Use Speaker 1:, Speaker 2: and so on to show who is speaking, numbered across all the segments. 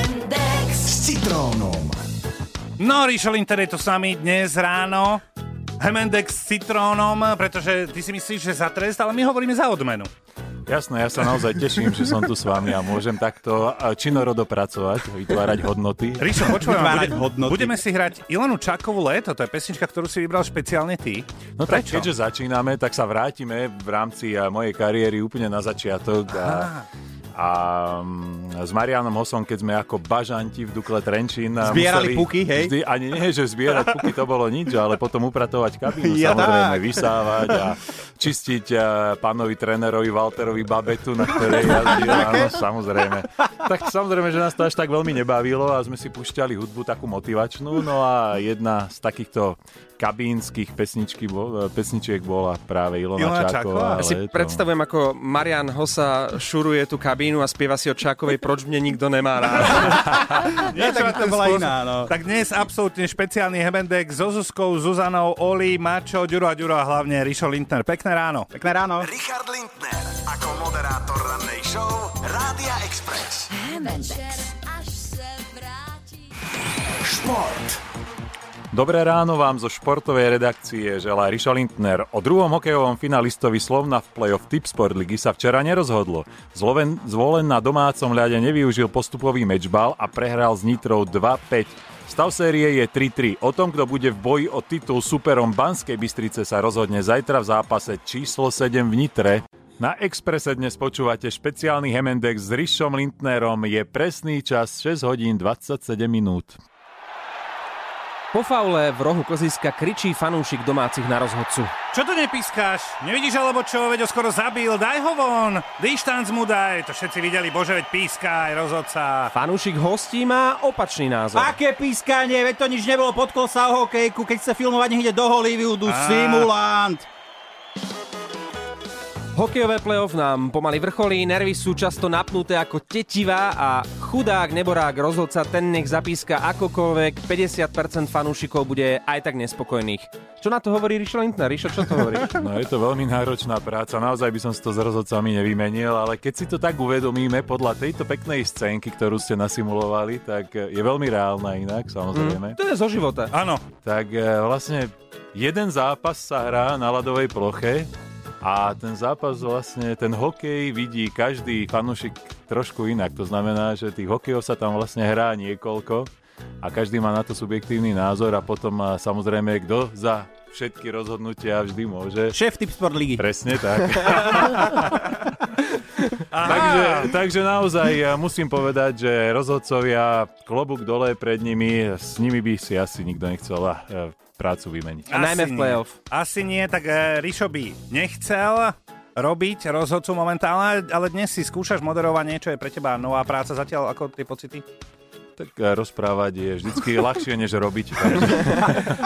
Speaker 1: Index.
Speaker 2: s citrónom.
Speaker 3: No, Ríšo Linter je tu s nami dnes ráno. Hemendex s citrónom, pretože ty si myslíš, že za trest, ale my hovoríme za odmenu.
Speaker 4: Jasné, ja sa naozaj teším, že som tu s vami a môžem takto eh, činorodo pracovať, vytvárať hodnoty.
Speaker 3: Ríšo, počúvaj,
Speaker 2: Vytvárať
Speaker 3: bude,
Speaker 2: hodnoty.
Speaker 3: budeme si hrať Ilonu Čakovú Leto, to je pesnička, ktorú si vybral špeciálne ty.
Speaker 4: No tak
Speaker 3: Prečo?
Speaker 4: keďže začíname, tak sa vrátime v rámci eh, mojej kariéry úplne na začiatok. A, a mm, s Marianom Hosom, keď sme ako bažanti v Dukle Trenčín... eh,
Speaker 2: Zbierali
Speaker 4: museli
Speaker 2: puky, hej?
Speaker 4: Vždy, ani nie, že zbierať puky to bolo nič, ale potom upratovať kabínu,
Speaker 2: Ja
Speaker 4: samozrejme,
Speaker 2: tak.
Speaker 4: vysávať a čistiť eh, pánovi trénerovi Walterovi Babetu, na ktorej jazdil, áno, samozrejme. Tak samozrejme, že nás to až tak veľmi nebavilo a sme si púšťali hudbu takú motivačnú, no a jedna z takýchto kabínskych pesničky, bo- eh, pesničiek bola práve Ilona,
Speaker 3: Ilona Čáková.
Speaker 4: Čáková.
Speaker 3: Ja
Speaker 4: ale
Speaker 5: si
Speaker 4: je to-
Speaker 5: predstavujem, ako Marian Hosa šuruje tú kabínu a spieva si o Čákovej, proč mne nikto nemá rád.
Speaker 2: Nie, tak
Speaker 3: na
Speaker 2: to
Speaker 3: ten
Speaker 2: bola
Speaker 3: spôsob.
Speaker 2: iná, no.
Speaker 3: Tak dnes absolútne špeciálny Hemendex so Zuzkou, Zuzanou, Oli, Mačo, Ďuro a Ďuro a hlavne Ríšo Lintner. Pekné ráno.
Speaker 2: Pekné ráno.
Speaker 6: Richard Lindner ako moderátor rannej show Rádia Express.
Speaker 1: Index. Až se vrátí.
Speaker 6: Šport.
Speaker 4: Dobré ráno vám zo športovej redakcie želá Rišo Lindner. O druhom hokejovom finalistovi Slovna v play-off Tipsport ligy sa včera nerozhodlo. Zloven, zvolen na domácom ľade nevyužil postupový mečbal a prehral s Nitrou 2-5. Stav série je 3-3. O tom, kto bude v boji o titul superom Banskej Bystrice sa rozhodne zajtra v zápase číslo 7 v Nitre. Na Expresse dnes počúvate špeciálny Hemendex s Rišom Lindnerom. Je presný čas 6 hodín 27 minút.
Speaker 5: Po faule v rohu koziska kričí fanúšik domácich na rozhodcu.
Speaker 3: Čo tu nepískáš? Nevidíš alebo čo? Veď ho skoro zabil. Daj ho von. Dištanc mu daj. To všetci videli. Bože, veď píska aj rozhodca.
Speaker 5: Fanúšik hostí má opačný názor.
Speaker 2: Aké pískanie, veď to nič nebolo, potkol sa o hokejku, keď chce filmovať, nech ide do Hollywoodu, simulant.
Speaker 5: Hokejové playoff nám pomaly vrcholí, nervy sú často napnuté ako tetiva a chudák neborák rozhodca, ten nech zapíska akokoľvek, 50% fanúšikov bude aj tak nespokojných. Čo na to hovorí Rišo Lindner? Rišo, čo to hovorí?
Speaker 4: No je to veľmi náročná práca, naozaj by som si to s rozhodcami nevymenil, ale keď si to tak uvedomíme podľa tejto peknej scénky, ktorú ste nasimulovali, tak e, je veľmi reálna inak, samozrejme.
Speaker 5: To je zo života.
Speaker 3: Áno.
Speaker 4: Tak e, vlastne jeden zápas sa hrá na ľadovej ploche a ten zápas vlastne, ten hokej vidí každý fanúšik trošku inak. To znamená, že tých hokejov sa tam vlastne hrá niekoľko a každý má na to subjektívny názor a potom a samozrejme, kto za všetky rozhodnutia vždy môže.
Speaker 2: Šéf Tipsport ligy.
Speaker 4: Presne tak. takže, takže naozaj ja musím povedať, že rozhodcovia klobúk dole pred nimi, s nimi by si asi nikto nechcel eh, prácu vymeniť.
Speaker 5: A najmä v play-off.
Speaker 3: Nie. Asi nie, tak e, Rišo by nechcel robiť rozhodcu momentálne, ale dnes si skúšaš moderovanie, čo je pre teba nová práca zatiaľ, ako tie pocity?
Speaker 4: Tak eh, rozprávať je vždycky ľahšie, než robiť. Takže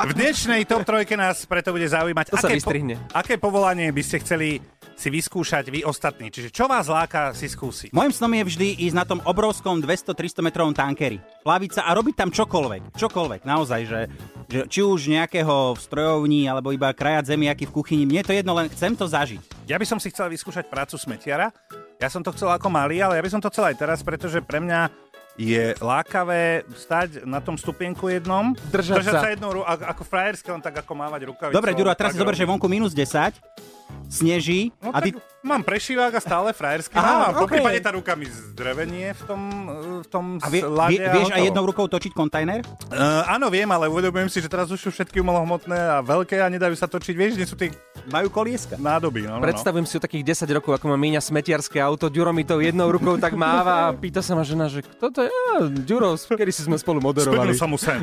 Speaker 3: V dnešnej top trojke nás preto bude zaujímať,
Speaker 5: To sa vystrihne.
Speaker 3: aké povolanie by ste chceli si vyskúšať vy ostatní. Čiže čo vás láka si skúsiť?
Speaker 2: Mojím snom je vždy ísť na tom obrovskom 200-300 metrovom tankeri, plaviť sa a robiť tam čokoľvek, čokoľvek, naozaj, že, že či už nejakého v strojovni, alebo iba krajať zemiaky v kuchyni, mne je to jedno, len chcem to zažiť.
Speaker 3: Ja by som si chcel vyskúšať prácu smetiara. Ja som to chcel ako malý, ale ja by som to chcel aj teraz, pretože pre mňa je lákavé stať na tom stupienku jednom,
Speaker 5: Držať
Speaker 3: sa
Speaker 5: sa.
Speaker 3: jednou, ru- ako, ako frajersky, len tak ako mávať rukavicu.
Speaker 2: Dobre, Ďuro, a teraz si
Speaker 3: Tak
Speaker 2: zober, že je
Speaker 3: robím.
Speaker 2: vonku minus 10, sneží
Speaker 3: No,
Speaker 2: a ty...
Speaker 3: tak mám prešívák a stále frajersky.
Speaker 2: Aha,
Speaker 3: Aha, po
Speaker 2: okej.
Speaker 3: prípade tá ruka mi zdrevenie v tom, e, v tom
Speaker 2: A vie,
Speaker 3: slade
Speaker 2: vie, vieš aj
Speaker 3: hotovo.
Speaker 2: jednou rukou točiť kontajner?
Speaker 3: Uh, áno, viem, ale uvedomujem si, že teraz už sú všetky umelohmotné a veľké a nedajú sa točiť. Vieš, nie sú tie
Speaker 2: Majú kolieska.
Speaker 3: nádoby. No, no, no.
Speaker 5: Predstavujem si o takých 10 rokov, ako má míňa smetiarské auto, Ďuro mi to jednou rukou tak máva a pýta sa ma žena, že kto to je? Á, Ďuro, kedy si sme spolu
Speaker 3: Splnil
Speaker 5: moderovali.
Speaker 3: sa mu sen.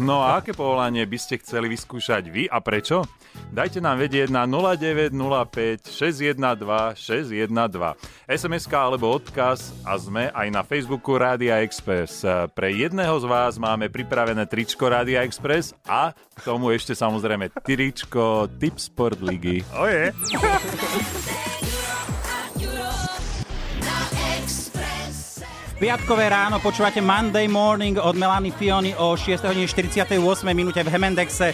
Speaker 4: No a aké povolanie by ste chceli vyskúšať vy a prečo? Dajte nám vedieť na 0905 612 612 sms alebo odkaz a sme aj na Facebooku Rádia Express. Pre jedného z vás máme pripravené tričko Rádia Express a k tomu ešte samozrejme tričko Tip Sport Ligy.
Speaker 3: Oje.
Speaker 1: Juro na Express.
Speaker 2: Piatkové ráno počúvate Monday Morning od Melany Fiony o 6.48 minúte v Hemendexe.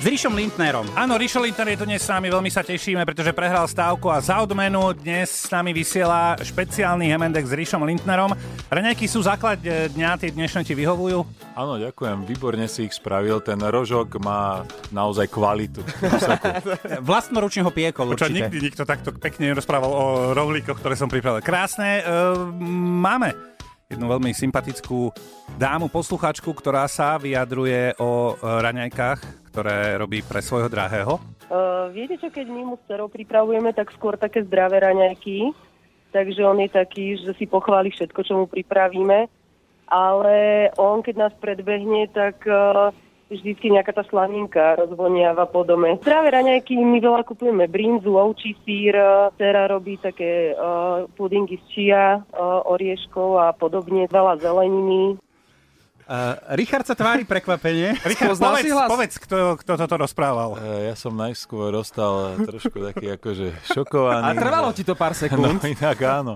Speaker 2: S Rišom Lindnerom.
Speaker 3: Áno, Rišo Linter je tu dnes s nami, veľmi sa tešíme, pretože prehral stávku a za odmenu dnes s nami vysiela špeciálny Hemendek s Rišom Lindnerom. Raňajky sú základ e, dňa, tie dnešné ti vyhovujú.
Speaker 4: Áno, ďakujem, výborne si ich spravil, ten rožok má naozaj kvalitu. Vysokú.
Speaker 2: Vlastnoručne ho piekol
Speaker 3: Počkaj,
Speaker 2: určite.
Speaker 3: nikdy nikto takto pekne nerozprával o rohlíkoch, ktoré som pripravil. Krásne, e, máme jednu veľmi sympatickú dámu, posluchačku, ktorá sa vyjadruje o e, raňajkách, ktoré robí pre svojho drahého.
Speaker 7: Uh, viete čo, keď my mu s cerou pripravujeme, tak skôr také zdravé raňajky. Takže on je taký, že si pochváli všetko, čo mu pripravíme. Ale on, keď nás predbehne, tak uh, vždycky nejaká tá slaninka rozvoniava po dome. Zdravé raňajky, my veľa kupujeme brinzu, ovčí sír, eh, dcera robí také uh, pudingy z čia, uh, orieškov a podobne, veľa zeleniny.
Speaker 2: Uh, Richard sa tvári prekvapenie.
Speaker 3: Richard,
Speaker 5: Spoznal
Speaker 3: povedz,
Speaker 5: si hlas?
Speaker 3: povedz kto, kto toto rozprával.
Speaker 4: E, Ja som najskôr ostal trošku taký akože šokovaný.
Speaker 5: A trvalo ti to pár
Speaker 4: No
Speaker 5: sekúnd.
Speaker 4: inak áno.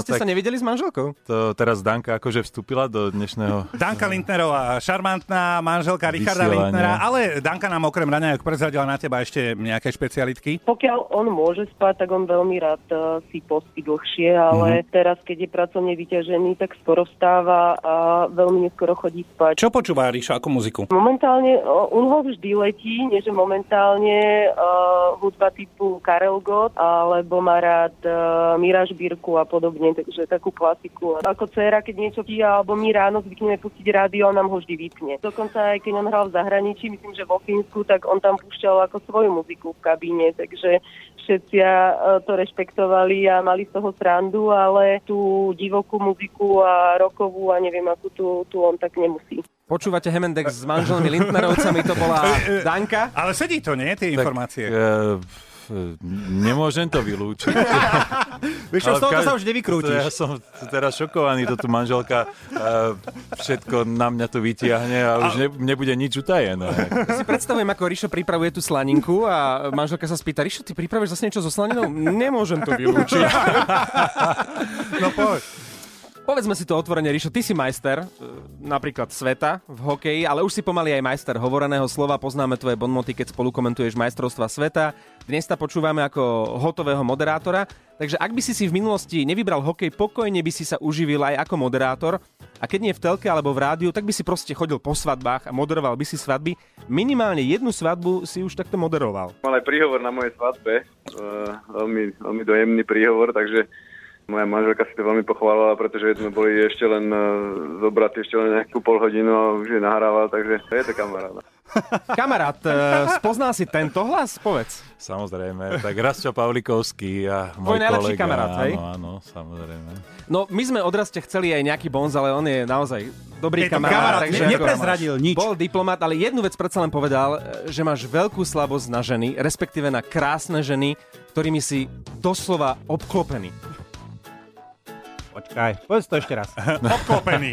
Speaker 4: no,
Speaker 5: ste
Speaker 4: tak
Speaker 5: sa nevideli s manželkou?
Speaker 4: to teraz Danka akože vstúpila do dnešného...
Speaker 3: Danka Lindnerová, šarmantná manželka Richarda
Speaker 4: Vysielania.
Speaker 3: Lindnera, ale Danka nám okrem raňajok prezradila na teba ešte nejaké špecialitky.
Speaker 7: Pokiaľ on môže spať, tak on veľmi rád eh, si pospí dlhšie, ale teraz, keď je pracovne vyťažený, tak skoro vstáva a veľmi neskoro chodí spať.
Speaker 3: Čo počúva Ríša ako muziku?
Speaker 7: Momentálne, o, u ho vždy letí, nie že momentálne uh, hudba typu Karel Gott, alebo má rád uh, Miraž Birku a podobne, takže takú klasiku. Ako dcera, keď niečo pí, alebo my ráno zvykneme pustiť rádio, on nám ho vždy vypne. Dokonca aj keď on hral v zahraničí, myslím, že vo Fínsku, tak on tam púšťal ako svoju muziku v kabíne, takže všetci eh, to rešpektovali a mali z toho srandu, ale tú divokú muziku a rokovú a neviem, akú tu, tu on tak nemusí.
Speaker 5: Počúvate Hemendex s manželmi Lindnerovcami, to bola
Speaker 2: E,
Speaker 5: Danka.
Speaker 3: Ale sedí to, nie, tie informácie?
Speaker 4: E, f- nemôžem to vylúčiť.
Speaker 2: Vieš, čo,
Speaker 4: Ale
Speaker 2: z toho
Speaker 4: ka-
Speaker 2: sa už nevykrútiš.
Speaker 4: Ja som teraz šokovaný, to tu manželka e, všetko na mňa tu vytiahne a už ne, nebude nič utajené.
Speaker 5: Si predstavujem, ako Rišo pripravuje tú slaninku a manželka sa spýta, Rišo, ty pripravuješ zase niečo so slaninou? Nemôžem to vylúčiť.
Speaker 3: No poď.
Speaker 5: Povedzme si to otvorene, Rišo, ty si majster, e, napríklad sveta v hokeji, ale už si pomaly aj majster hovoreného slova. Poznáme tvoje bonmoty, keď spolu komentuješ majstrovstva sveta. Dnes ta počúvame ako hotového moderátora. Takže ak by si si v minulosti nevybral hokej, pokojne by si sa uživil aj ako moderátor. A keď nie v telke alebo v rádiu, tak by si proste chodil po svadbách a moderoval by si svadby. Minimálne jednu svadbu si už takto moderoval.
Speaker 8: Mal aj príhovor na mojej svadbe, eh, veľmi, veľmi dojemný príhovor, takže moja manželka si to veľmi pochválila, pretože sme boli ešte len eh, zobratí, ešte len nejakú pol hodinu a už je nahrávala, takže je to kamaráda.
Speaker 5: Kamarát, e, spoznal si tento hlas? Povedz.
Speaker 4: Samozrejme, tak Rastio Pavlikovský a môj
Speaker 5: najlepší
Speaker 4: kolega.
Speaker 5: kamarát, hej?
Speaker 4: áno, áno, samozrejme.
Speaker 5: No, my sme odraste chceli aj nejaký bonz, ale on je naozaj
Speaker 3: Je
Speaker 5: dobrý
Speaker 3: to
Speaker 5: kamarát.
Speaker 3: kamarát,
Speaker 5: takže
Speaker 3: ne-
Speaker 5: ako-
Speaker 2: neprezradil nič.
Speaker 5: Bol diplomat, ale jednu vec predsa len povedal, e, že máš veľkú slabosť na ženy, respektíve na krásne ženy, ktorými si doslova obklopený.
Speaker 2: Počkaj, povedz to ešte raz.
Speaker 3: Obklopený.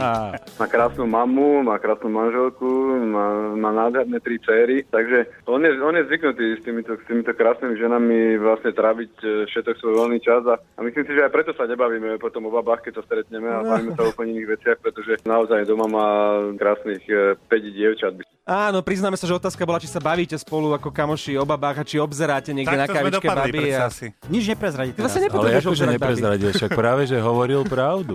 Speaker 8: Má krásnu mamu, má krásnu manželku, má, má nádherné tri céry, takže on je, on je zvyknutý s týmito, s týmito krásnymi ženami vlastne tráviť eh, všetok svoj voľný čas a, a myslím si, že aj preto sa nebavíme potom o babách, keď sa stretneme
Speaker 9: No.
Speaker 8: a bavíme sa o úplne iných veciach, pretože naozaj doma má krásnych eh, 5 dievčat, by
Speaker 5: Áno, priznáme sa, že otázka bola, či sa bavíte spolu ako kamoši o babách a či obzeráte niekde na
Speaker 3: Takto sme
Speaker 5: kavičke
Speaker 3: dopadli,
Speaker 5: baby.
Speaker 3: predsa
Speaker 5: A...
Speaker 3: si.
Speaker 2: Nič neprezradí
Speaker 5: Ty vlastne
Speaker 2: teraz.
Speaker 4: Ale
Speaker 5: nepotrebuješ
Speaker 4: akože
Speaker 5: obzerať baby.
Speaker 4: neprezradil, však práve, že hovoril pravdu.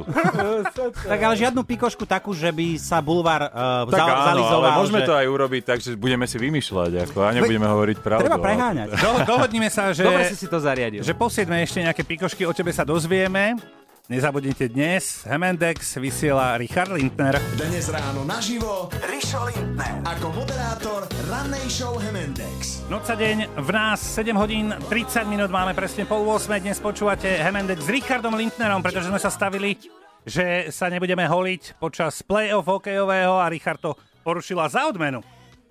Speaker 2: Tak ale žiadnu pikošku takú, že by sa bulvár uh, za,
Speaker 4: Tak áno, ale
Speaker 2: zalizoval.
Speaker 4: môžeme
Speaker 2: že...
Speaker 4: to aj urobiť, takže budeme si vymýšľať ako, a nebudeme hovoriť pravdu.
Speaker 2: Treba
Speaker 4: ale-
Speaker 2: preháňať.
Speaker 3: Do, dohodnime sa, že,
Speaker 5: Dobre si si to zariadil.
Speaker 3: že po 7 ešte nejaké pikošky o tebe sa dozvieme. Nezabudnite dnes, Hemendex vysiela Richard Lindner.
Speaker 6: Dnes ráno naživo Rišo Lindner ako moderátor rannej show Hemendex.
Speaker 3: Noc a deň v nás 7 hodín 30 minút máme presne pol 8. Dnes počúvate Hemendex s Richardom Lindnerom, pretože sme sa stavili, že sa nebudeme holiť počas play-off hokejového a Richard to porušila za odmenu.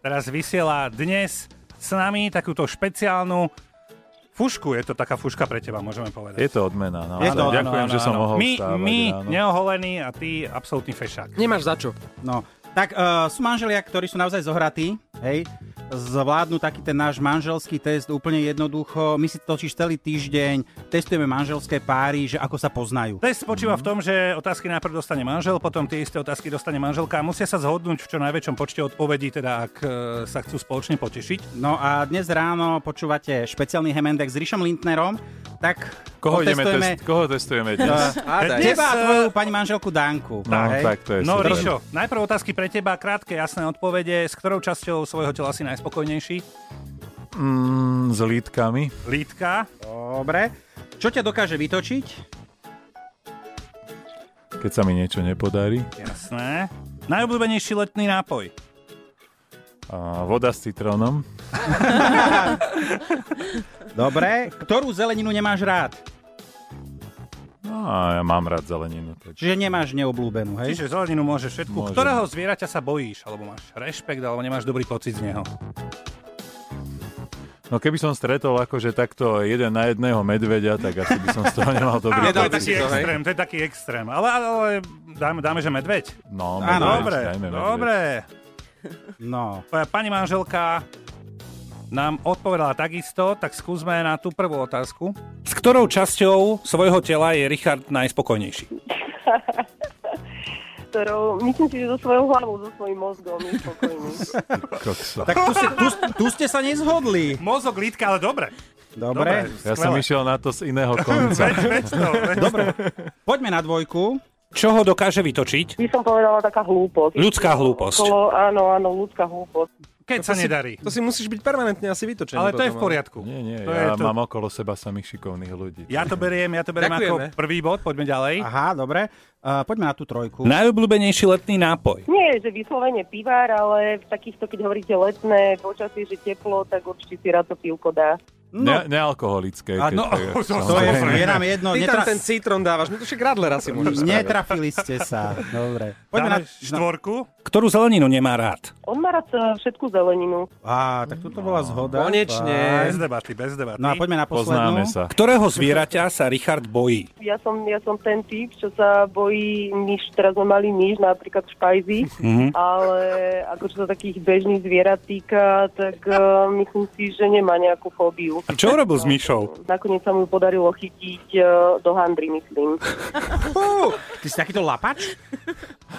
Speaker 3: Teraz vysiela dnes s nami takúto špeciálnu fušku. Je to taká fuška pre teba, môžeme povedať.
Speaker 4: Je to odmena. No.
Speaker 2: Je to, áno,
Speaker 4: Ďakujem, že som mohol
Speaker 3: my,
Speaker 4: vstávať
Speaker 3: my
Speaker 4: ráno.
Speaker 3: neoholení a ty absolútny fešák.
Speaker 5: Nemáš za čo.
Speaker 2: e, No, tak uh, sú manželia, ktorí sú naozaj zohratí, hej, zvládnu taký ten náš manželský test úplne jednoducho. My si totiž celý týždeň testujeme manželské páry, že ako sa poznajú.
Speaker 3: Test spočíva v tom, že otázky najprv dostane manžel, potom tie isté otázky dostane manželka a musia sa zhodnúť v čo najväčšom počte odpovedí, teda ak e, sa chcú spoločne potešiť.
Speaker 2: No a dnes ráno počúvate špeciálny Hemendex s Rišom Lindnerom, tak
Speaker 4: Koho, ideme
Speaker 2: otestujeme,
Speaker 4: test, koho testujeme dnes?
Speaker 5: Hádaj.
Speaker 2: Teba a
Speaker 3: Dnes,
Speaker 2: tvoju pani manželku Danku.
Speaker 4: No,
Speaker 2: hej?
Speaker 4: tak to je
Speaker 3: No,
Speaker 4: super.
Speaker 3: Rišo, najprv otázky pre teba, krátke, jasné odpovede, s ktorou časťou svojho tela si najspokojnejší?
Speaker 4: Mm, s lítkami.
Speaker 3: Lítka,
Speaker 2: Dobre. Čo ťa dokáže vytočiť?
Speaker 4: Keď sa mi niečo nepodarí.
Speaker 3: jasné. Najobľúbenejší letný nápoj.
Speaker 4: A voda s citrónom.
Speaker 2: Dobre. Ktorú zeleninu nemáš rád?
Speaker 4: No a ja mám rád zeleninu. Takže.
Speaker 2: Čiže nemáš neobľúbenú, hej?
Speaker 3: Čiže zeleninu môže všetku.
Speaker 4: Môže.
Speaker 3: Ktorého zvieraťa sa bojíš? Alebo máš rešpekt, alebo nemáš dobrý pocit z neho?
Speaker 4: No keby som stretol akože takto jeden na jedného medvedia, tak asi by som z toho nemal dobrý
Speaker 3: Áno, to je
Speaker 4: pocit.
Speaker 3: taký
Speaker 5: to, hej?
Speaker 3: extrém, to je taký extrém. Ale, ale dáme, dáme, že medveď.
Speaker 2: Áno,
Speaker 4: No, medveď,
Speaker 3: Dobre,
Speaker 4: dajme medveď.
Speaker 3: dobre.
Speaker 2: No.
Speaker 3: Tvoja pani manželka nám odpovedala takisto, tak skúsme na tú prvú otázku. S ktorou časťou svojho tela je Richard najspokojnejší?
Speaker 7: ktorou, myslím si, že so svojou hlavou, so svojím mozgom je spokojný.
Speaker 4: Kokso.
Speaker 2: Tak tu, ste, tu, tu ste sa nezhodli.
Speaker 3: Mozog, lítka, ale dobre.
Speaker 2: Dobre.
Speaker 4: Ja som išiel na to z iného konca.
Speaker 3: Veď, veď to, veď.
Speaker 2: Dobre. Poďme na dvojku.
Speaker 3: Čo ho dokáže vytočiť?
Speaker 7: By som povedala taká hlúposť.
Speaker 3: Ľudská hlúposť.
Speaker 7: Okolo, áno, áno, ľudská hlúposť.
Speaker 3: Keď sa nedarí.
Speaker 5: To si musíš byť permanentne asi vytočený.
Speaker 3: Ale to je v
Speaker 5: potom, no.
Speaker 3: poriadku.
Speaker 4: Nie, nie,
Speaker 3: to
Speaker 4: ja
Speaker 3: je to.
Speaker 4: mám okolo seba samých šikovných ľudí.
Speaker 3: Ja to beriem, ja to beriem ako
Speaker 5: Ďakujeme.
Speaker 3: prvý bod, poďme ďalej.
Speaker 2: Aha, dobre. Uh, poďme na tú trojku.
Speaker 3: Najobľúbenejší letný nápoj.
Speaker 7: Nie, že vyslovene pivár, ale v takýchto, keď hovoríte letné počasie, že teplo, tak určite si rád to pivko dá.
Speaker 4: Ne- nealkoholické.
Speaker 2: A
Speaker 4: keď
Speaker 2: no,
Speaker 4: tak-
Speaker 3: to-
Speaker 2: To je,
Speaker 4: samozrejme.
Speaker 2: je nám
Speaker 3: No,
Speaker 2: jedno.
Speaker 5: Ty tam
Speaker 2: Netra...
Speaker 5: ten citrón dávaš, no to však Radlera si môžeš spraviť.
Speaker 2: Netrafili ste sa. Dobre.
Speaker 3: Dáme
Speaker 2: Poďme na... na...
Speaker 3: štvorku. Ktorú zeleninu nemá rád?
Speaker 7: On má rád eh, všetku zeleninu.
Speaker 2: Á, tak tuto bola zhoda.
Speaker 5: Konečne.
Speaker 3: Bez debaty, bez debaty.
Speaker 2: No a poďme na poslednú.
Speaker 4: Poznáme sa.
Speaker 3: Ktorého zvieraťa sa Richard bojí?
Speaker 7: Ja som, ja som ten typ, čo sa bojí myš, teraz sme mali myš, napríklad v špajzi,
Speaker 3: Mhm.
Speaker 7: ale ako čo sa takých bežných zvierat týka, tak eh, myslím si, že nemá nejakú fóbiu.
Speaker 3: A čo urobil s myšou?
Speaker 7: Nakoniec sa mu ju podarilo chytiť eh, do handry, myslím.
Speaker 2: Fú, ty si takýto lapač?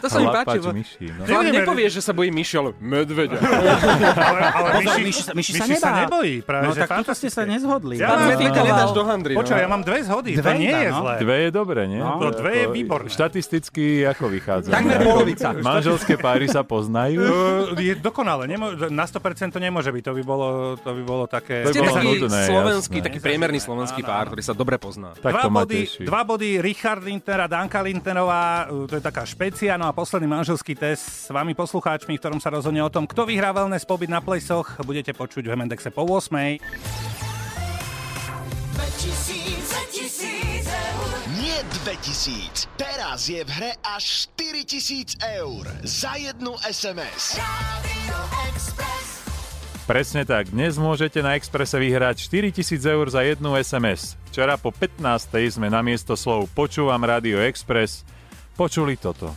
Speaker 5: To sa mi
Speaker 4: Lapač
Speaker 5: páči. bo-
Speaker 4: myší, no.
Speaker 5: To vám
Speaker 3: Nevieme.
Speaker 5: nepovieš, že sa bojí myši, ale medveďa.
Speaker 3: Ale, ale
Speaker 2: Pozor, myši sa- myši sa nebá.
Speaker 3: nebojí, práve,
Speaker 2: No
Speaker 3: že
Speaker 2: tak tuto ste sa
Speaker 3: fantastické.
Speaker 2: nezhodli.
Speaker 3: Ja
Speaker 5: Tam
Speaker 3: mám-
Speaker 5: medveďa nedáš do handry. no.
Speaker 3: Počkaj, ja mám dve zhody,
Speaker 2: Dve
Speaker 3: to nie
Speaker 2: iba,
Speaker 3: je
Speaker 2: no.
Speaker 3: zlé.
Speaker 4: Dve je dobre, nie?
Speaker 2: No.
Speaker 4: To,
Speaker 3: No, dve je
Speaker 4: ako-
Speaker 3: výborné.
Speaker 4: Štatisticky ako vychádza?
Speaker 2: Takmer
Speaker 4: Ako-
Speaker 2: polovica.
Speaker 4: Manželské páry sa poznajú?
Speaker 3: Uh, je dokonale, nemo- na 100% to nemôže byť, to by bolo, to by bolo také...
Speaker 4: To by
Speaker 5: Ste
Speaker 4: bolo
Speaker 5: taký
Speaker 4: nudné,
Speaker 5: slovenský,
Speaker 4: jasné.
Speaker 5: taký priemerný slovenský pár, ktorý sa dobre pozná.
Speaker 4: Tak
Speaker 3: dva,
Speaker 4: to ma
Speaker 3: body,
Speaker 4: teší.
Speaker 3: dva body Richard Lintner a Danka Lintnerová, uh, to je taká špecia, no a posledný manželský test s vami poslucháčmi, v ktorom sa rozhodne o tom, kto vyhrá wellness pobyt na plesoch, budete počuť v Hemendexe po 8.
Speaker 1: Za tisíc eur
Speaker 10: Nie 2000. Teraz je v hre až 4000 eur za jednu SMS.
Speaker 1: Radio Express
Speaker 4: Presne tak. Dnes môžete na Exprese vyhrať 4000 eur za jednu SMS. Včera po 15. sme na miesto slov Počúvam Radio Express počuli toto.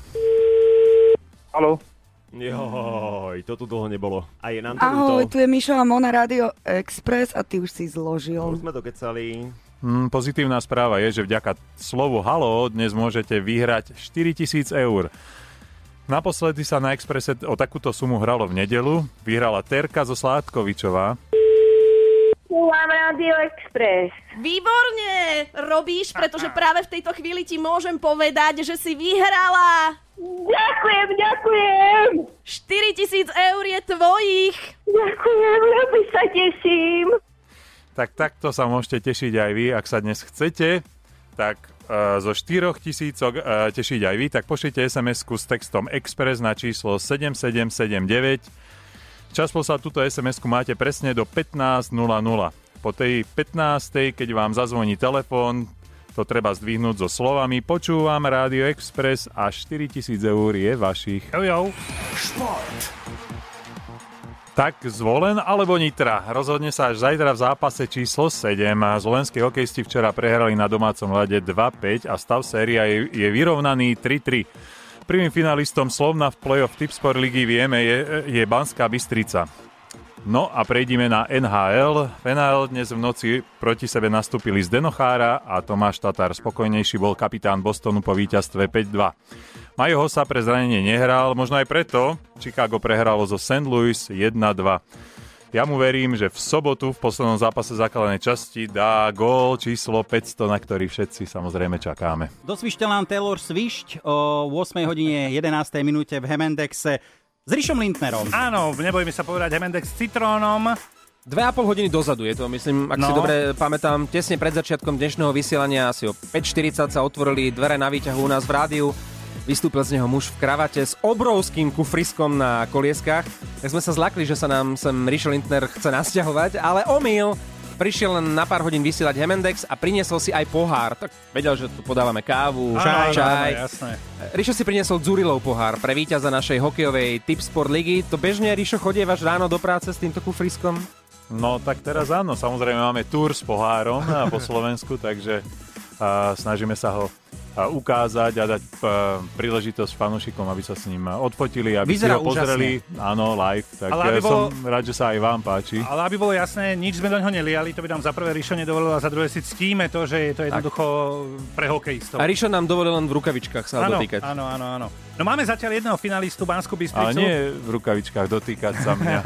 Speaker 11: Joj, to tu dlho nebolo. A je nám to
Speaker 9: Ahoj,
Speaker 11: ľúto.
Speaker 9: tu je Mišela Mona Radio Express a ty už si zložil.
Speaker 11: Už sme dokecali.
Speaker 4: Mm, pozitívna správa je, že vďaka slovu halo dnes môžete vyhrať 4000 eur. Naposledy sa na Exprese o takúto sumu hralo v nedelu. Vyhrala Terka zo Sládkovičová.
Speaker 7: Mám Radio Express.
Speaker 12: Výborne robíš, pretože práve v tejto chvíli ti môžem povedať, že si vyhrala.
Speaker 7: Ďakujem, ďakujem.
Speaker 12: 4000 eur je tvojich.
Speaker 7: Ďakujem, veľmi sa teším.
Speaker 4: Tak takto sa môžete tešiť aj vy, ak sa dnes chcete, tak e, zo 4 tisícok e, tešiť aj vy, tak pošlite SMS-ku s textom Express na číslo 7779. Čas poslať túto SMS-ku máte presne do 15.00. Po tej 15.00, keď vám zazvoní telefón, to treba zdvihnúť so slovami Počúvam Rádio Express a 4000 eur je vašich.
Speaker 3: Jo, jo.
Speaker 4: Tak zvolen alebo Nitra. Rozhodne sa až zajtra v zápase číslo 7. Zvolenskí hokejisti včera prehrali na domácom ľade 2-5 a stav séria je, je vyrovnaný 3-3. Prvým finalistom Slovna v play-off Tipsport ligy vieme je, je Banská Bystrica. No a prejdime na NHL. V NHL dnes v noci proti sebe nastúpili Zdeno Chára a Tomáš Tatar. Spokojnejší bol kapitán Bostonu po víťazstve 5-2. Majoho sa pre zranenie nehral, možno aj preto Chicago prehralo zo St. Louis 1-2. Ja mu verím, že v sobotu v poslednom zápase základnej časti dá gól číslo 500, na ktorý všetci samozrejme čakáme.
Speaker 2: Dosvište nám Taylor Swišť o 8 hodine 11. minúte v Hemendexe s Rišom Lindnerom.
Speaker 3: Áno, nebojme sa povedať Hemendex s citrónom.
Speaker 5: Dve a pol hodiny dozadu je to, myslím, ak no. si
Speaker 3: No.
Speaker 5: dobre pamätám, tesne pred začiatkom dnešného vysielania asi o 5.40 sa otvorili dvere na výťahu u nás v rádiu. Vystúpil z neho muž v kravate s obrovským kufriskom na kolieskách. Tak sme sa zlakli, že sa nám sem Richel Lindner chce nasťahovať, ale omyl. Prišiel len na pár hodín vysielať Hemendex a priniesol si aj pohár. Tak vedel, že tu podávame kávu,
Speaker 3: Áno,
Speaker 5: čaj, čaj.
Speaker 3: áno, jasné.
Speaker 5: Rišo si priniesol Zurilov pohár pre víťaza našej hokejovej Tipsport ligy. To bežne, Rišo, chodievaš ráno do práce s týmto kufriskom?
Speaker 4: No tak teraz áno, samozrejme máme túr s pohárom a po Slovensku, takže a, snažíme sa ho a, ukázať a dať a, príležitosť fanúšikom, aby sa s ním a, odfotili, aby
Speaker 3: Vyzerá
Speaker 4: si ho pozreli. Áno, live. Tak
Speaker 3: Ale
Speaker 4: ja
Speaker 3: aby bolo-
Speaker 4: som rád, že sa aj vám páči.
Speaker 3: Ale aby bolo jasné, nič sme do ňoho neliali, to by nám za prvé Rišo nedovolilo a za druhé si ctíme to, že je to jednoducho pre hokejistov.
Speaker 5: A Rišo nám dovolil len v rukavičkách sa
Speaker 3: áno,
Speaker 5: dotýkať.
Speaker 3: áno, áno, áno. No máme zatiaľ jedného finalistu Banskú Bystricu.
Speaker 4: Ale nie v rukavičkách dotýkať sa mňa.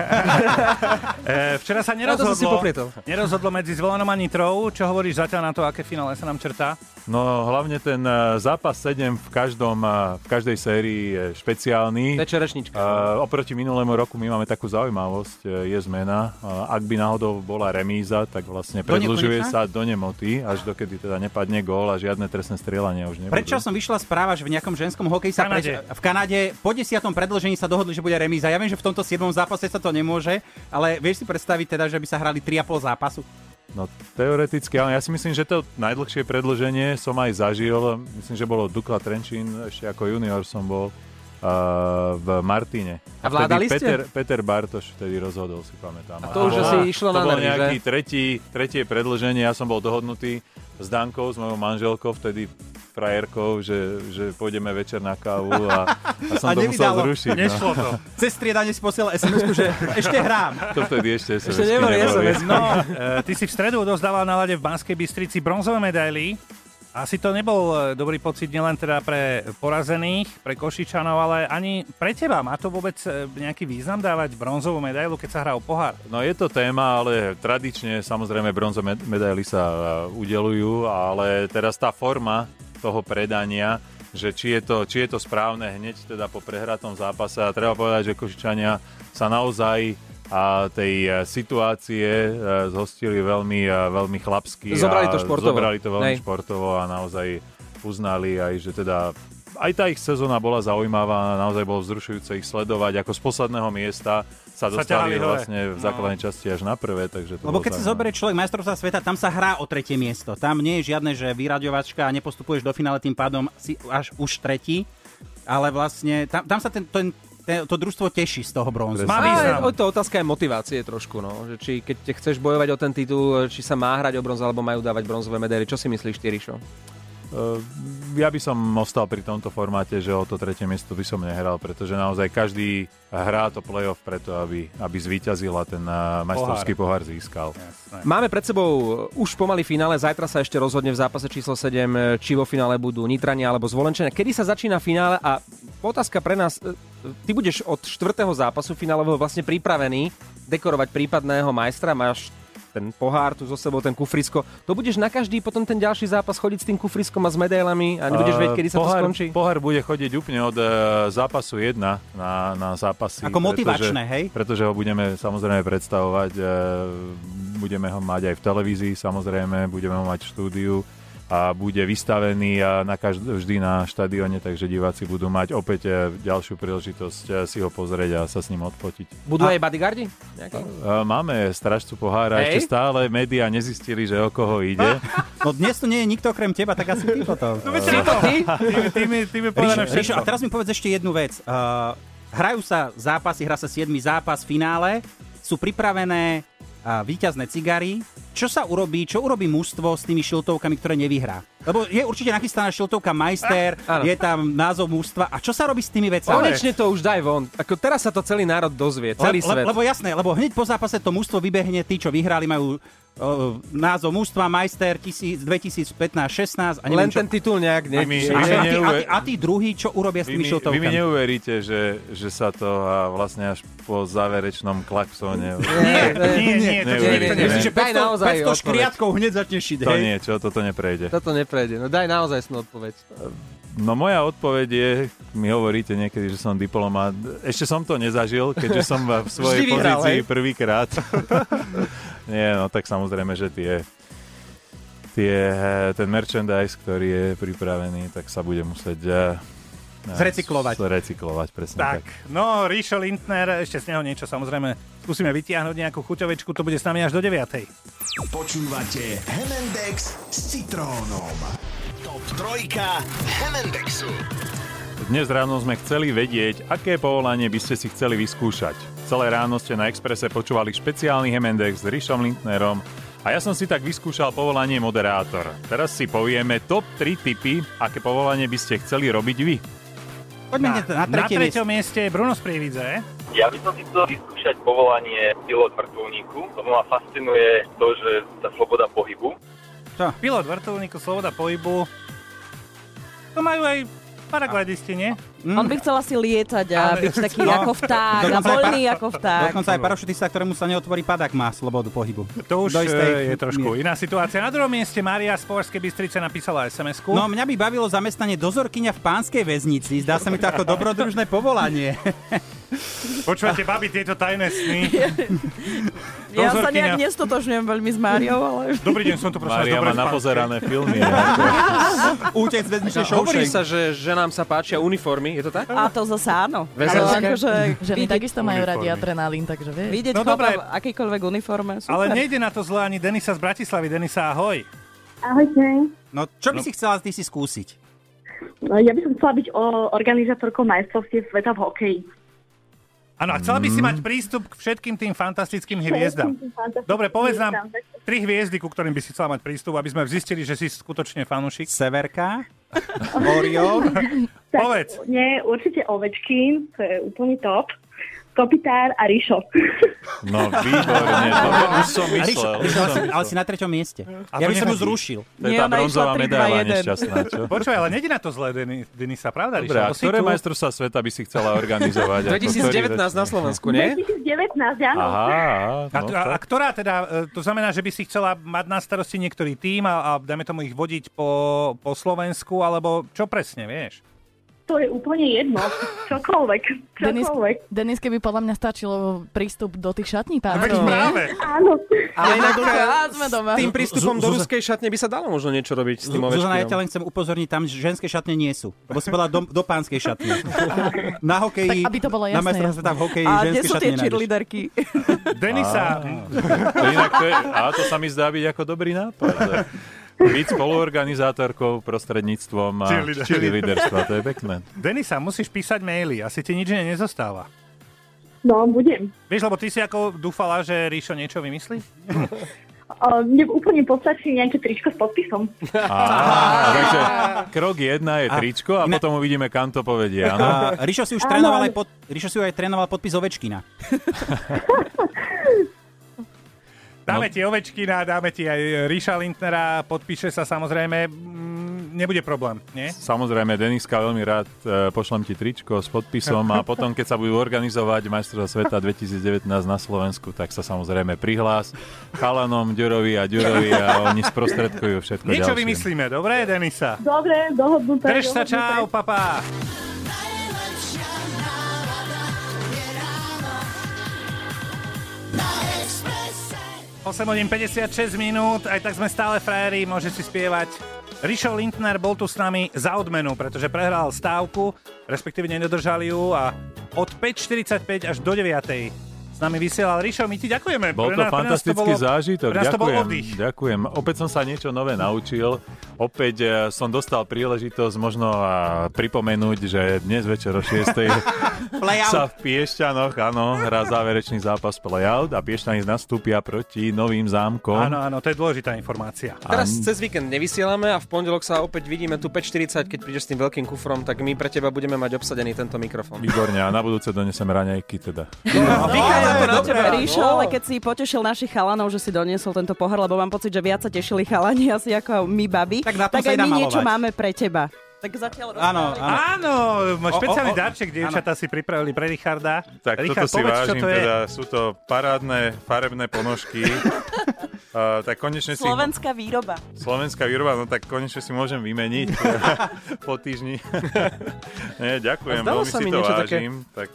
Speaker 3: E, včera sa
Speaker 5: No, to
Speaker 3: nerozhodlo,
Speaker 5: som si poplietol.
Speaker 3: nerozhodlo medzi Zvolanom a Nitrou. Čo hovoríš zatiaľ na to, aké finále sa nám črtá?
Speaker 4: No hlavne ten eh, zápas 7 v, každom, eh, v každej sérii je špeciálny.
Speaker 5: Večerečnička.
Speaker 4: Eh, oproti minulému roku my máme takú zaujímavosť, eh, je zmena. Eh, ak by náhodou bola remíza, tak vlastne
Speaker 2: Do
Speaker 4: predlžuje
Speaker 2: nekonečna?
Speaker 4: sa do nemoty, až dokedy teda nepadne gól a žiadne trestné strieľania už nebudú.
Speaker 2: Prečo som vyšla správa, že v nejakom ženskom hokeji sa
Speaker 3: Kanade.
Speaker 2: v Kanade po desiatom predlžení sa dohodli, že bude remíza. Ja viem, že v tomto 7. zápase sa to nemôže, ale vieš si predstaviť teda, že by sa hrali 3,5 zápasu.
Speaker 4: No teoreticky, ale ja si myslím, že to najdlhšie predlženie som aj zažil. Myslím, že bolo Dukla Trenčín, ešte ako junior som bol eh, v Martine.
Speaker 5: A vládali
Speaker 4: vtedy
Speaker 5: ste?
Speaker 4: Peter, Peter Bartoš vtedy rozhodol, si pamätám.
Speaker 5: A to už asi išlo
Speaker 4: to
Speaker 5: na
Speaker 4: bol
Speaker 5: nervy,
Speaker 4: nejaký tretí, tretie predlženie, ja som bol dohodnutý s Dankou, s mojou manželkou, vtedy frajerkou, že, že pôjdeme večer na kávu a, a som to musel
Speaker 2: nevydalo.
Speaker 4: zrušiť. no.
Speaker 2: Cez striedanie si posielal sms že ešte hrám.
Speaker 4: To vtedy ešte SMS-ky
Speaker 5: Ešte neboli
Speaker 4: neboli.
Speaker 5: SMS-ky.
Speaker 3: No, e, ty si v stredu odozdával na lade v Banskej Bystrici bronzové medaily. Asi to nebol e, dobrý pocit nielen teda pre porazených, pre Košičanov, ale ani pre teba. Má to vôbec e, nejaký význam dávať bronzovú medailu, keď sa hrá o pohár?
Speaker 4: No je to téma, ale tradične samozrejme bronzové med- medaily sa eh, udelujú, ale teraz tá forma toho predania, že či je, to, či je to správne hneď teda po prehratom zápase a treba povedať, že Košičania sa naozaj a tej eh, situácie eh, zhostili veľmi, eh, veľmi chlapsky.
Speaker 5: Zobrali
Speaker 4: a
Speaker 5: to športovo.
Speaker 4: Zobrali to veľmi
Speaker 5: Hej.
Speaker 4: športovo a naozaj uznali aj, že teda aj tá ich sezóna bola zaujímavá, naozaj bolo vzrušujúce ich sledovať, ako z posledného miesta
Speaker 3: Sa
Speaker 4: sa
Speaker 3: ťahali
Speaker 4: dostali
Speaker 3: hore.
Speaker 4: vlastne v základnej časti až na prvé, takže to
Speaker 2: No. Lebo
Speaker 4: bolo
Speaker 2: keď si
Speaker 4: zaujímavé.
Speaker 2: zoberie človek majstrovstva sveta, tam sa hrá o tretie miesto. Tam nie je žiadne, že vyraďovačka a nepostupuješ do finále, tým pádom si až už tretí. Ale vlastne tam, tam sa ten, ten, ten, to družstvo teší z toho bronzu.
Speaker 3: Má význam.
Speaker 5: Ale to otázka je motivácie trošku, no. Že či keď te chceš bojovať o ten titul, či sa má hrať o bronz, alebo majú dávať bronzové medaily. Čo si myslíš ty, Rišo?
Speaker 4: Eh, Ja by som ostal pri tomto formáte, že o to tretie miesto by som nehral, pretože naozaj každý hrá to playoff preto, aby, aby zvíťazil a ten eh, majstrovský pohár, získal.
Speaker 5: Máme pred sebou e, už pomaly finále, zajtra sa ešte rozhodne v zápase číslo 7, či vo finále budú Nitrania alebo Zvolenčania. Kedy sa začína finále a otázka pre nás, e, ty budeš od štvrtého zápasu finálového vlastne pripravený dekorovať prípadného majstra, máš ten pohár tu so sebou, ten kufrisko. To budeš na každý potom ten ďalší zápas chodiť s tým kufriskom a s medailami
Speaker 2: E,
Speaker 5: a nebudeš
Speaker 4: Eh,
Speaker 5: vedieť, kedy sa
Speaker 4: pohár,
Speaker 5: to skončí?
Speaker 4: Pohár bude chodiť úplne od eh, zápasu 1 na, na zápasy.
Speaker 2: Ako motivačné,
Speaker 4: pretože,
Speaker 2: hej?
Speaker 4: Pretože ho budeme samozrejme predstavovať, eh, budeme ho mať aj v televízii, samozrejme, budeme ho mať v štúdiu a bude vystavený a na každ- vždy na štadióne, takže diváci budú mať opäť eh, ďalšiu príležitosť eh, si ho pozrieť a sa s ním odfotiť.
Speaker 5: Budú aj bodyguardi? Nejakí?
Speaker 4: Eh, Máme stražcu pohára,
Speaker 5: Hej.
Speaker 4: ešte stále médiá nezistili, že o koho ide.
Speaker 2: No dnes tu nie je nikto okrem teba, tak asi ty potom. No,
Speaker 3: Si to ty? Ty mi, ty mi povedané
Speaker 2: Ríšo, Ríšo,
Speaker 3: všetko.
Speaker 2: a teraz mi povedz ešte jednu vec. Uh, hrajú sa zápasy, hrá sa 7. zápas, finále, sú pripravené uh, víťazné cigary. Čo sa urobí, čo urobí mužstvo s tými šiltovkami, ktoré nevyhrá? Lebo je určite nachystaná šiltovka majster,
Speaker 5: Ah, áno.
Speaker 2: je tam názov mužstva. A čo sa robí s tými vecami?
Speaker 5: Konečne to už daj von. Ako teraz sa to celý národ dozvie, celý
Speaker 2: le,
Speaker 5: svet.
Speaker 2: Le, lebo jasné, lebo hneď po zápase to mužstvo vybehne, tí, čo vyhrali, majú eh, názov mužstva Majster 1000, 2015-16 a neviem
Speaker 5: Len
Speaker 2: čo.
Speaker 5: ten titul nejak
Speaker 2: A,
Speaker 5: ne...
Speaker 4: my-
Speaker 2: a,
Speaker 4: my
Speaker 2: a, tí, a,
Speaker 4: neuve-
Speaker 2: tí, a tí druhí, čo urobia s
Speaker 4: Vy
Speaker 2: tými
Speaker 4: mi, vy mi
Speaker 2: šiltovkami?
Speaker 4: neuveríte, že, že sa to a vlastne až po záverečnom klaxóne...
Speaker 2: Nie,
Speaker 3: nie, Eh, nie, to
Speaker 4: Neuveríte,
Speaker 5: nikto nevie.
Speaker 4: ne?
Speaker 2: Čiže
Speaker 5: Daj naozaj
Speaker 2: 500, 500
Speaker 5: odpoveď.
Speaker 2: škriatkov hneď začne šiť,
Speaker 4: To
Speaker 2: hej?
Speaker 4: nie, čo, toto neprejde.
Speaker 5: Toto neprejde. No daj naozaj snú odpoveď.
Speaker 4: No moja odpoveď je, mi hovoríte niekedy, že som diplomat. Ešte som to nezažil, keďže som v svojej
Speaker 5: Vždy vyhral,
Speaker 4: pozícii
Speaker 5: hej?
Speaker 4: prvýkrát. Nie, no tak samozrejme, že tie, tie, eh, ten merchandise, ktorý je pripravený, tak sa bude musieť... eh, eh,
Speaker 2: Zrecyklovať.
Speaker 4: Zrecyklovať, presne tak.
Speaker 3: Tak, no, Ríšo Lindner, ešte z neho niečo samozrejme. Skúsime vytiahnuť nejakú chuťovečku, to bude s nami až do 9.
Speaker 6: Počúvate Hemendex s citrónom.
Speaker 10: Top trojka Hemendexu.
Speaker 4: Dnes ráno sme chceli vedieť, aké povolanie by ste si chceli vyskúšať. Celé ráno ste na Exprese počúvali špeciálny Hemendex s Rišom Lindnerom a ja som si tak vyskúšal povolanie moderátor. Teraz si povieme top 3 typy, aké povolanie by ste chceli robiť vy.
Speaker 2: Poďme na, na
Speaker 3: Na
Speaker 2: tretie miesto.
Speaker 3: treťom mieste je Bruno z Prievidze.
Speaker 13: Ja by som si chcel vyskúšať povolanie pilot vrtulníku, lebo ma fascinuje to, že tá sloboda pohybu.
Speaker 3: Pilot vrtulníku Sloboda pohybu. To majú aj paraglidisti, nie?
Speaker 2: Hm?
Speaker 14: On by chcel asi lietať a
Speaker 3: Ale-
Speaker 14: byť taký
Speaker 3: No.
Speaker 14: ako vták, a
Speaker 2: Dokonca aj
Speaker 14: voľný
Speaker 2: par-
Speaker 14: ako vták.
Speaker 2: Dokonca aj parašutista, ktorému sa neotvorí padák, má slobodu pohybu.
Speaker 3: To už
Speaker 2: Do istej
Speaker 3: eh, je trošku
Speaker 2: miery.
Speaker 3: iná situácia. Na druhom mieste Maria z Považskej Bystrice napísala SMS-ku.
Speaker 2: No mňa by bavilo zamestnanie dozorkyňa v pánskej väznici. Zdá sa mi to ako dobrodružné povolanie.
Speaker 3: Počúvate, babi, tieto tajné sny.
Speaker 14: Ja sa
Speaker 3: Dozorkyňa.
Speaker 14: nejak nestotožňujem veľmi s Máriou, ale...
Speaker 3: Dobrý deň, som tu prosím. vás,
Speaker 4: Maria
Speaker 3: dobre
Speaker 4: má
Speaker 3: v pánskej.
Speaker 4: napozerané filmy.
Speaker 2: Útec z väznice
Speaker 5: No, hovorí sa, že ženám sa páčia uniformy, je to tak?
Speaker 14: A to zase áno.
Speaker 5: Veselé.
Speaker 14: Ale akože...
Speaker 15: Ženy
Speaker 14: vidieť-
Speaker 15: takisto majú radi
Speaker 3: uniformy.
Speaker 15: adrenalín, takže vieš.
Speaker 14: Vidieť
Speaker 3: No
Speaker 14: no, chlapa
Speaker 3: dobre.
Speaker 14: v akejkoľvek uniforme, super.
Speaker 3: Ale nejde na to zle ani Denisa z Bratislavy. Denisa, ahoj.
Speaker 16: Ahojte.
Speaker 2: No čo by si chcela ty si skúsiť?
Speaker 16: No, Ja by som chcela byť o, organizátorkou majstrovstiev sveta v hokeji.
Speaker 3: Áno, a chcela by
Speaker 4: Mm.
Speaker 3: si mať prístup k všetkým tým fantastickým hviezdam.
Speaker 16: Všetkým tým fantastickým
Speaker 3: Dobre, povedz nám
Speaker 16: hviezdam.
Speaker 3: tri hviezdy, ku ktorým by si chcela mať prístup, aby sme zistili, že si skutočne fanušik.
Speaker 2: Severka? Oriol?
Speaker 16: Tak,
Speaker 3: Povedz.
Speaker 16: Nie, určite Ovečkin, to je úplný top. Kopitár a Rišo.
Speaker 4: No výborne, toto už som
Speaker 2: A Rišo,
Speaker 4: myslel.
Speaker 2: Rišo, ale,
Speaker 4: už som
Speaker 2: si, ale
Speaker 4: myslel.
Speaker 2: si na treťom mieste.
Speaker 3: A
Speaker 2: ja
Speaker 3: to
Speaker 2: by som ju
Speaker 3: nevadí.
Speaker 2: zrušil.
Speaker 4: To je tá bronzová medaila
Speaker 14: 3-2-1.
Speaker 4: nešťastná, čo?
Speaker 3: Počúvaj, ale nejde na to zle, Deni- Denisa, pravda?
Speaker 4: Dobre, a ktoré majstrovstvá sveta by si chcela organizovať? Ako ktorý
Speaker 5: 2019 na
Speaker 4: začne?
Speaker 5: Slovensku, nie?
Speaker 16: 2019, áno.
Speaker 4: Aha,
Speaker 3: A,
Speaker 4: no,
Speaker 3: a, a
Speaker 4: tak.
Speaker 3: ktorá teda, e, to znamená, že by si chcela mať na starosti niektorý tím a, a dajme tomu ich vodiť po, po Slovensku, alebo čo presne, vieš?
Speaker 16: To je úplne jedno. Čokoľvek.
Speaker 15: Denis,
Speaker 16: Čokoľvek.
Speaker 15: Denis, keby podľa mňa stačilo prístup do tých šatní
Speaker 3: Veď
Speaker 15: pánskych, nie?
Speaker 3: práve.
Speaker 16: Áno.
Speaker 5: Ale inak
Speaker 15: Á, sme doma.
Speaker 5: tým prístupom
Speaker 2: Zu-
Speaker 5: do
Speaker 2: Zuzana-
Speaker 5: ruskej šatne by sa dalo možno niečo robiť s tým
Speaker 2: Zuzana, ja ťa
Speaker 5: ovečkinom.
Speaker 2: len chcem upozorniť, tam ženské šatne nie sú. Lebo si bola do, do pánskej šatne. Na
Speaker 15: Tak
Speaker 2: hokeji,
Speaker 15: aby to bolo
Speaker 2: na
Speaker 15: jasné,
Speaker 2: majstrovstve
Speaker 15: jasné.
Speaker 2: v hokeji,
Speaker 14: A kde
Speaker 2: ženské
Speaker 14: sú
Speaker 2: šatne
Speaker 14: tie
Speaker 2: nenájdeš.
Speaker 14: cheerleaderky?
Speaker 3: Denisa,
Speaker 4: To inak to je, a to sa mi zdá byť ako dobrý nápad. že Byť spoluorganizátorkou prostredníctvom a
Speaker 3: Cheerleader.
Speaker 4: cheerleaderstva, to je pekné.
Speaker 3: Denisa, musíš písať maily, asi ti nič iné nezostáva.
Speaker 16: No, budem.
Speaker 3: Vieš, lebo ty si ako dúfala, že Ríšo niečo vymyslí?
Speaker 16: O, mne úplne postačí nejaké tričko s podpisom.
Speaker 4: Á, takže krok jedna je tričko a potom uvidíme, kam to povedie. Áno?
Speaker 2: A Rišo si už
Speaker 16: Áno.
Speaker 2: trénoval aj, pod, Rišo si ju aj trénoval podpis Ovečkina.
Speaker 4: No.
Speaker 3: Dáme ti Ovečkina, dáme ti aj Ríša Lindnera, podpíše sa samozrejme, mm, nebude problém, nie?
Speaker 4: Samozrejme, Deniska, veľmi rád e, pošlem ti tričko s podpisom a potom, keď sa budú organizovať majstrovstvá sveta 2019 na Slovensku, tak sa samozrejme prihlás chalanom Ďurovi a Ďurovi a oni sprostredkujú všetko
Speaker 3: Niečo
Speaker 4: ďalšie.
Speaker 3: vymyslíme, dobre, Denisa?
Speaker 16: Dobre, dohodnuté.
Speaker 3: Drž sa, čau, papá.
Speaker 1: na exprese.
Speaker 3: 8 hodín 56 minút, aj tak sme stále frajeri, môže si spievať. Rišo Lindner bol tu s nami za odmenu, pretože prehral stávku, respektíve nedodržali ju a od 5.45 až do 9.00 s nami vysielal. Rišo, my ti ďakujeme.
Speaker 4: Bol
Speaker 3: Pre
Speaker 4: to
Speaker 3: nás- pre nás
Speaker 4: fantastický
Speaker 3: bolo-
Speaker 4: zážitok.
Speaker 3: Pre nás to bol
Speaker 4: ďakujem,
Speaker 3: oddych.
Speaker 4: ďakujem. Opäť som sa niečo nové naučil. Opäť eh, som dostal príležitosť možno a, pripomenúť, že dnes večer o 6.
Speaker 2: Playout.
Speaker 4: sa v Piešťanoch, áno, hrá záverečný zápas playout a Piešťani nastúpia proti novým zámkom.
Speaker 3: Áno, áno, to je dôležitá informácia.
Speaker 4: A
Speaker 5: Teraz cez víkend nevysielame a v pondelok sa opäť vidíme tu 5.40, keď prídeš s tým veľkým kufrom, tak my pre teba budeme mať obsadený tento mikrofón.
Speaker 4: Výborne, a na budúce donesem raňajky teda.
Speaker 14: Vychádza to na
Speaker 5: dobre,
Speaker 14: tebe,
Speaker 5: áno.
Speaker 14: Ríšo, ale keď si potešil našich chalanov, že si doniesol tento pohár, lebo mám pocit, že viac sa tešili chalani asi ako my, babi, tak,
Speaker 2: na tom sa
Speaker 14: aj
Speaker 2: nedá
Speaker 14: my niečo
Speaker 2: malovať.
Speaker 14: máme pre teba. Tak zatiaľ
Speaker 2: Áno, áno.
Speaker 3: Áno,
Speaker 4: No. O, o,
Speaker 3: špeciálny
Speaker 4: o,
Speaker 3: darček, dievčatá si pripravili pre Richarda.
Speaker 4: Tak
Speaker 3: Richard,
Speaker 4: toto si
Speaker 3: povedz,
Speaker 4: vážim,
Speaker 3: čo to je.
Speaker 4: teda sú to parádne farebné ponožky. Uh, tak konečne si... ich-
Speaker 14: Slovenská výroba.
Speaker 4: Slovenská výroba, no tak konečne si môžem vymeniť po týždni. Nie, ďakujem,
Speaker 5: A zdalo
Speaker 4: veľmi
Speaker 5: sa
Speaker 4: si
Speaker 5: mi
Speaker 4: to
Speaker 5: niečo také-
Speaker 4: vážim. Tak,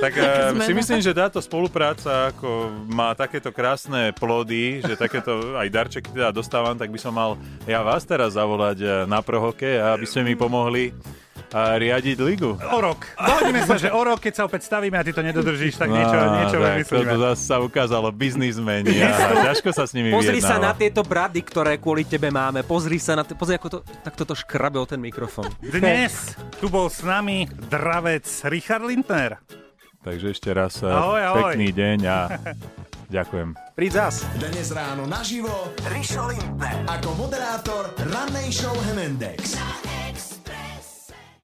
Speaker 4: tak eh,
Speaker 5: Zmena.
Speaker 4: si myslím, že táto spolupráca ako má takéto krásne plody, že takéto aj darčeky teda dostávam, tak by som mal ja vás teraz zavolať eh, na prohoke, aby ste mi pomohli eh, riadiť ligu.
Speaker 3: O rok. Dohodneme sa, že o rok, keď sa opäť stavíme a ty to nedodržíš, tak niečo,
Speaker 4: Á,
Speaker 3: niečo
Speaker 4: No, Ah, tak
Speaker 3: vymyslíme.
Speaker 4: Toto zase sa ukázalo biznismeni a ťažko sa s nimi
Speaker 5: Pozri sa
Speaker 4: vyjednáva.
Speaker 5: na tieto brady, ktoré kvôli tebe máme. Pozri sa na... T- pozri, ako to... Tak toto škrabe o ten mikrofón.
Speaker 3: Dnes tu bol s nami dravec Richard Lindner.
Speaker 4: Takže ešte raz eh,
Speaker 3: Ahoj, ahoj.
Speaker 4: pekný deň a ďakujem.
Speaker 5: Príď zas.
Speaker 6: Dnes ráno naživo Rišo Lindner ako moderátor rannej show Hemendex.